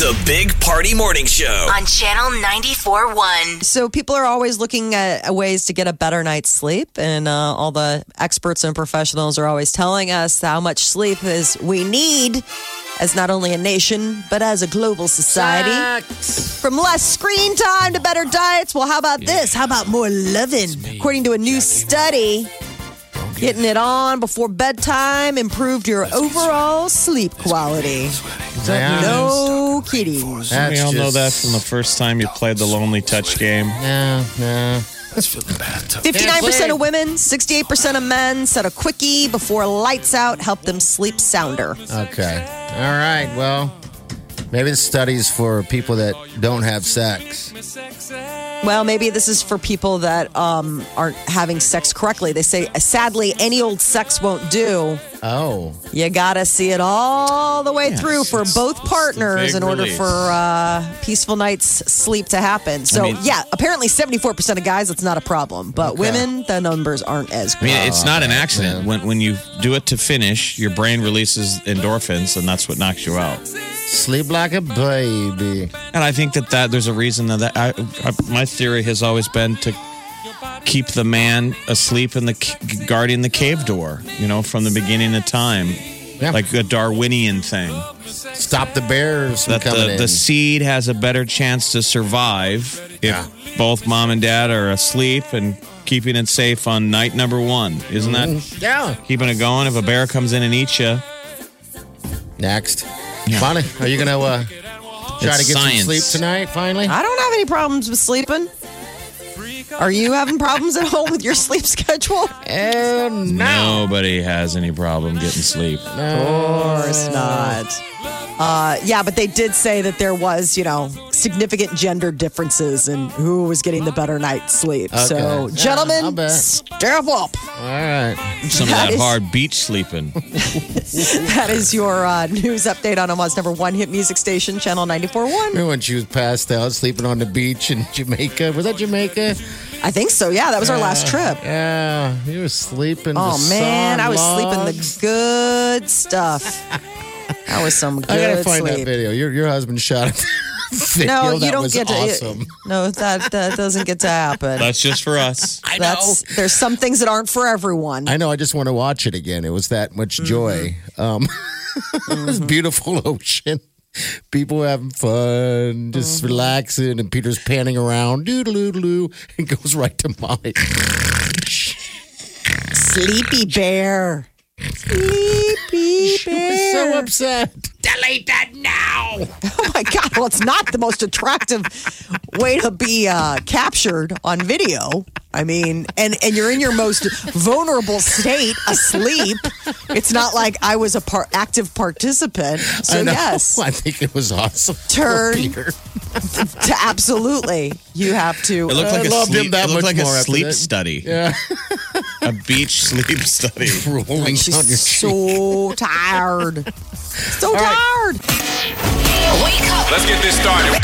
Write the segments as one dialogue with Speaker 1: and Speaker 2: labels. Speaker 1: The Big Party Morning Show.
Speaker 2: on Channel 94.1.
Speaker 3: So people are always looking at ways to get a better night's sleep, and uh, all the experts and professionals are always telling us how much sleep is we need as not only a nation but as a global society. From less screen time to better diets. Well, how about this? How about more loving? According to a new study. Getting it on before bedtime improved your overall sleep quality.
Speaker 4: Yeah.
Speaker 3: No kidding.
Speaker 4: That's
Speaker 5: we all know
Speaker 4: just-
Speaker 5: that from the first time you played the Lonely Touch game.
Speaker 4: Yeah, yeah.
Speaker 6: Let's feel the bathtub.
Speaker 3: 59% of women, 68% of men said a quickie before lights out helped them sleep sounder.
Speaker 4: Okay. All right. Well, maybe the studies for people that don't have sex.
Speaker 3: Well, maybe this is for people that um, aren't having sex correctly. They say, sadly, any old sex won't do.
Speaker 4: Oh,
Speaker 3: You gotta see it all the way through for both partners
Speaker 5: big
Speaker 3: in order
Speaker 5: release.
Speaker 3: for uh, peaceful night's sleep to happen. So,
Speaker 5: mean-
Speaker 3: yeah, apparently 74% of guys, it's not a problem. But women, the numbers aren't as
Speaker 5: I
Speaker 3: great.
Speaker 5: mean, it's not an accident. When, when you do it to finish, your brain releases endorphins, and that's what knocks you out.
Speaker 4: sleep like a baby.
Speaker 5: And I think that, that there's a reason that, that I, I, my theory has always been to keep the man asleep in the c- guarding the cave door, you know, from the beginning of time,
Speaker 4: Yeah.
Speaker 5: like a Darwinian thing.
Speaker 4: Stop the bears from
Speaker 5: That
Speaker 4: coming
Speaker 5: the,
Speaker 4: in.
Speaker 5: the seed has a better chance to survive if
Speaker 4: Yeah.
Speaker 5: both mom and dad are asleep and keeping it safe on night number one. Isn't
Speaker 4: Mm-hmm.
Speaker 5: that
Speaker 4: yeah.
Speaker 5: keeping it going? If a bear comes in and eats you,
Speaker 4: Next. Bonnie, are you gonna uh, try
Speaker 5: It's
Speaker 4: to get
Speaker 5: science.
Speaker 4: some sleep tonight? Finally.
Speaker 3: I don't have any problems with sleeping. Are you having problems at home with your sleep schedule?
Speaker 4: Oh no.
Speaker 5: nobody has any problem getting sleep.
Speaker 3: Of course not. Uh, yeah, but they did say that there was, you know, significant gender differences in who was getting the better night's sleep. So,
Speaker 4: Okay. Yeah, I'll
Speaker 3: gentlemen,
Speaker 4: bet.
Speaker 3: step up.
Speaker 4: All right.
Speaker 5: Some of
Speaker 3: That
Speaker 5: that
Speaker 3: is-
Speaker 5: hard beach sleeping.
Speaker 3: That is your uh, news update on Omaha's number one hit music station, Channel 94.1.
Speaker 4: Remember when she was passed out sleeping on the beach in Jamaica? Was that Jamaica?
Speaker 3: I think so. Yeah, that was our last trip.
Speaker 4: Yeah, you were sleeping.
Speaker 3: Oh,
Speaker 4: the
Speaker 3: man,
Speaker 4: sun
Speaker 3: I was sleeping
Speaker 4: logs.
Speaker 3: the good stuff. That was some good
Speaker 4: I gotta find
Speaker 3: sleep.
Speaker 4: that video. Your your husband shot it.
Speaker 3: No, you don't
Speaker 4: was
Speaker 3: get to.
Speaker 4: awesome.
Speaker 3: No, that that doesn't get to happen.
Speaker 5: That's just for us.
Speaker 3: That's there's some things that aren't for everyone.
Speaker 4: I know. I just want to watch it again. It was that much
Speaker 3: Mm-hmm.
Speaker 4: joy. Um, it was beautiful ocean. People having fun, just
Speaker 3: Mm-hmm.
Speaker 4: relaxing, and Peter's panning around, doodaloo doo, and goes right to Molly.
Speaker 3: Sleepy bear. Sleepy
Speaker 4: She was so
Speaker 3: bear.
Speaker 4: upset. Delete that now.
Speaker 3: oh my god! Well, it's not the most attractive way to be uh, captured on video. I mean, and and you're in your most vulnerable state, asleep. It's not like I was a par- active participant. So
Speaker 4: I know.
Speaker 3: yes,
Speaker 4: I think it was awesome. Poor
Speaker 3: Turn.
Speaker 4: Peter.
Speaker 3: to absolutely, you have to.
Speaker 5: It looked
Speaker 4: I
Speaker 5: like a
Speaker 4: loved him
Speaker 5: sleep,
Speaker 4: that
Speaker 5: it looked
Speaker 4: much
Speaker 5: like a
Speaker 4: more after
Speaker 5: sleep
Speaker 4: that.
Speaker 5: study. Yeah. a beach sleep study.
Speaker 4: rolling on your
Speaker 3: She's so tired. So tired.
Speaker 2: Wake up
Speaker 1: Let's get this started.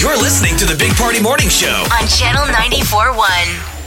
Speaker 1: You're listening to the Big Party Morning Show.
Speaker 2: on Channel 94.1.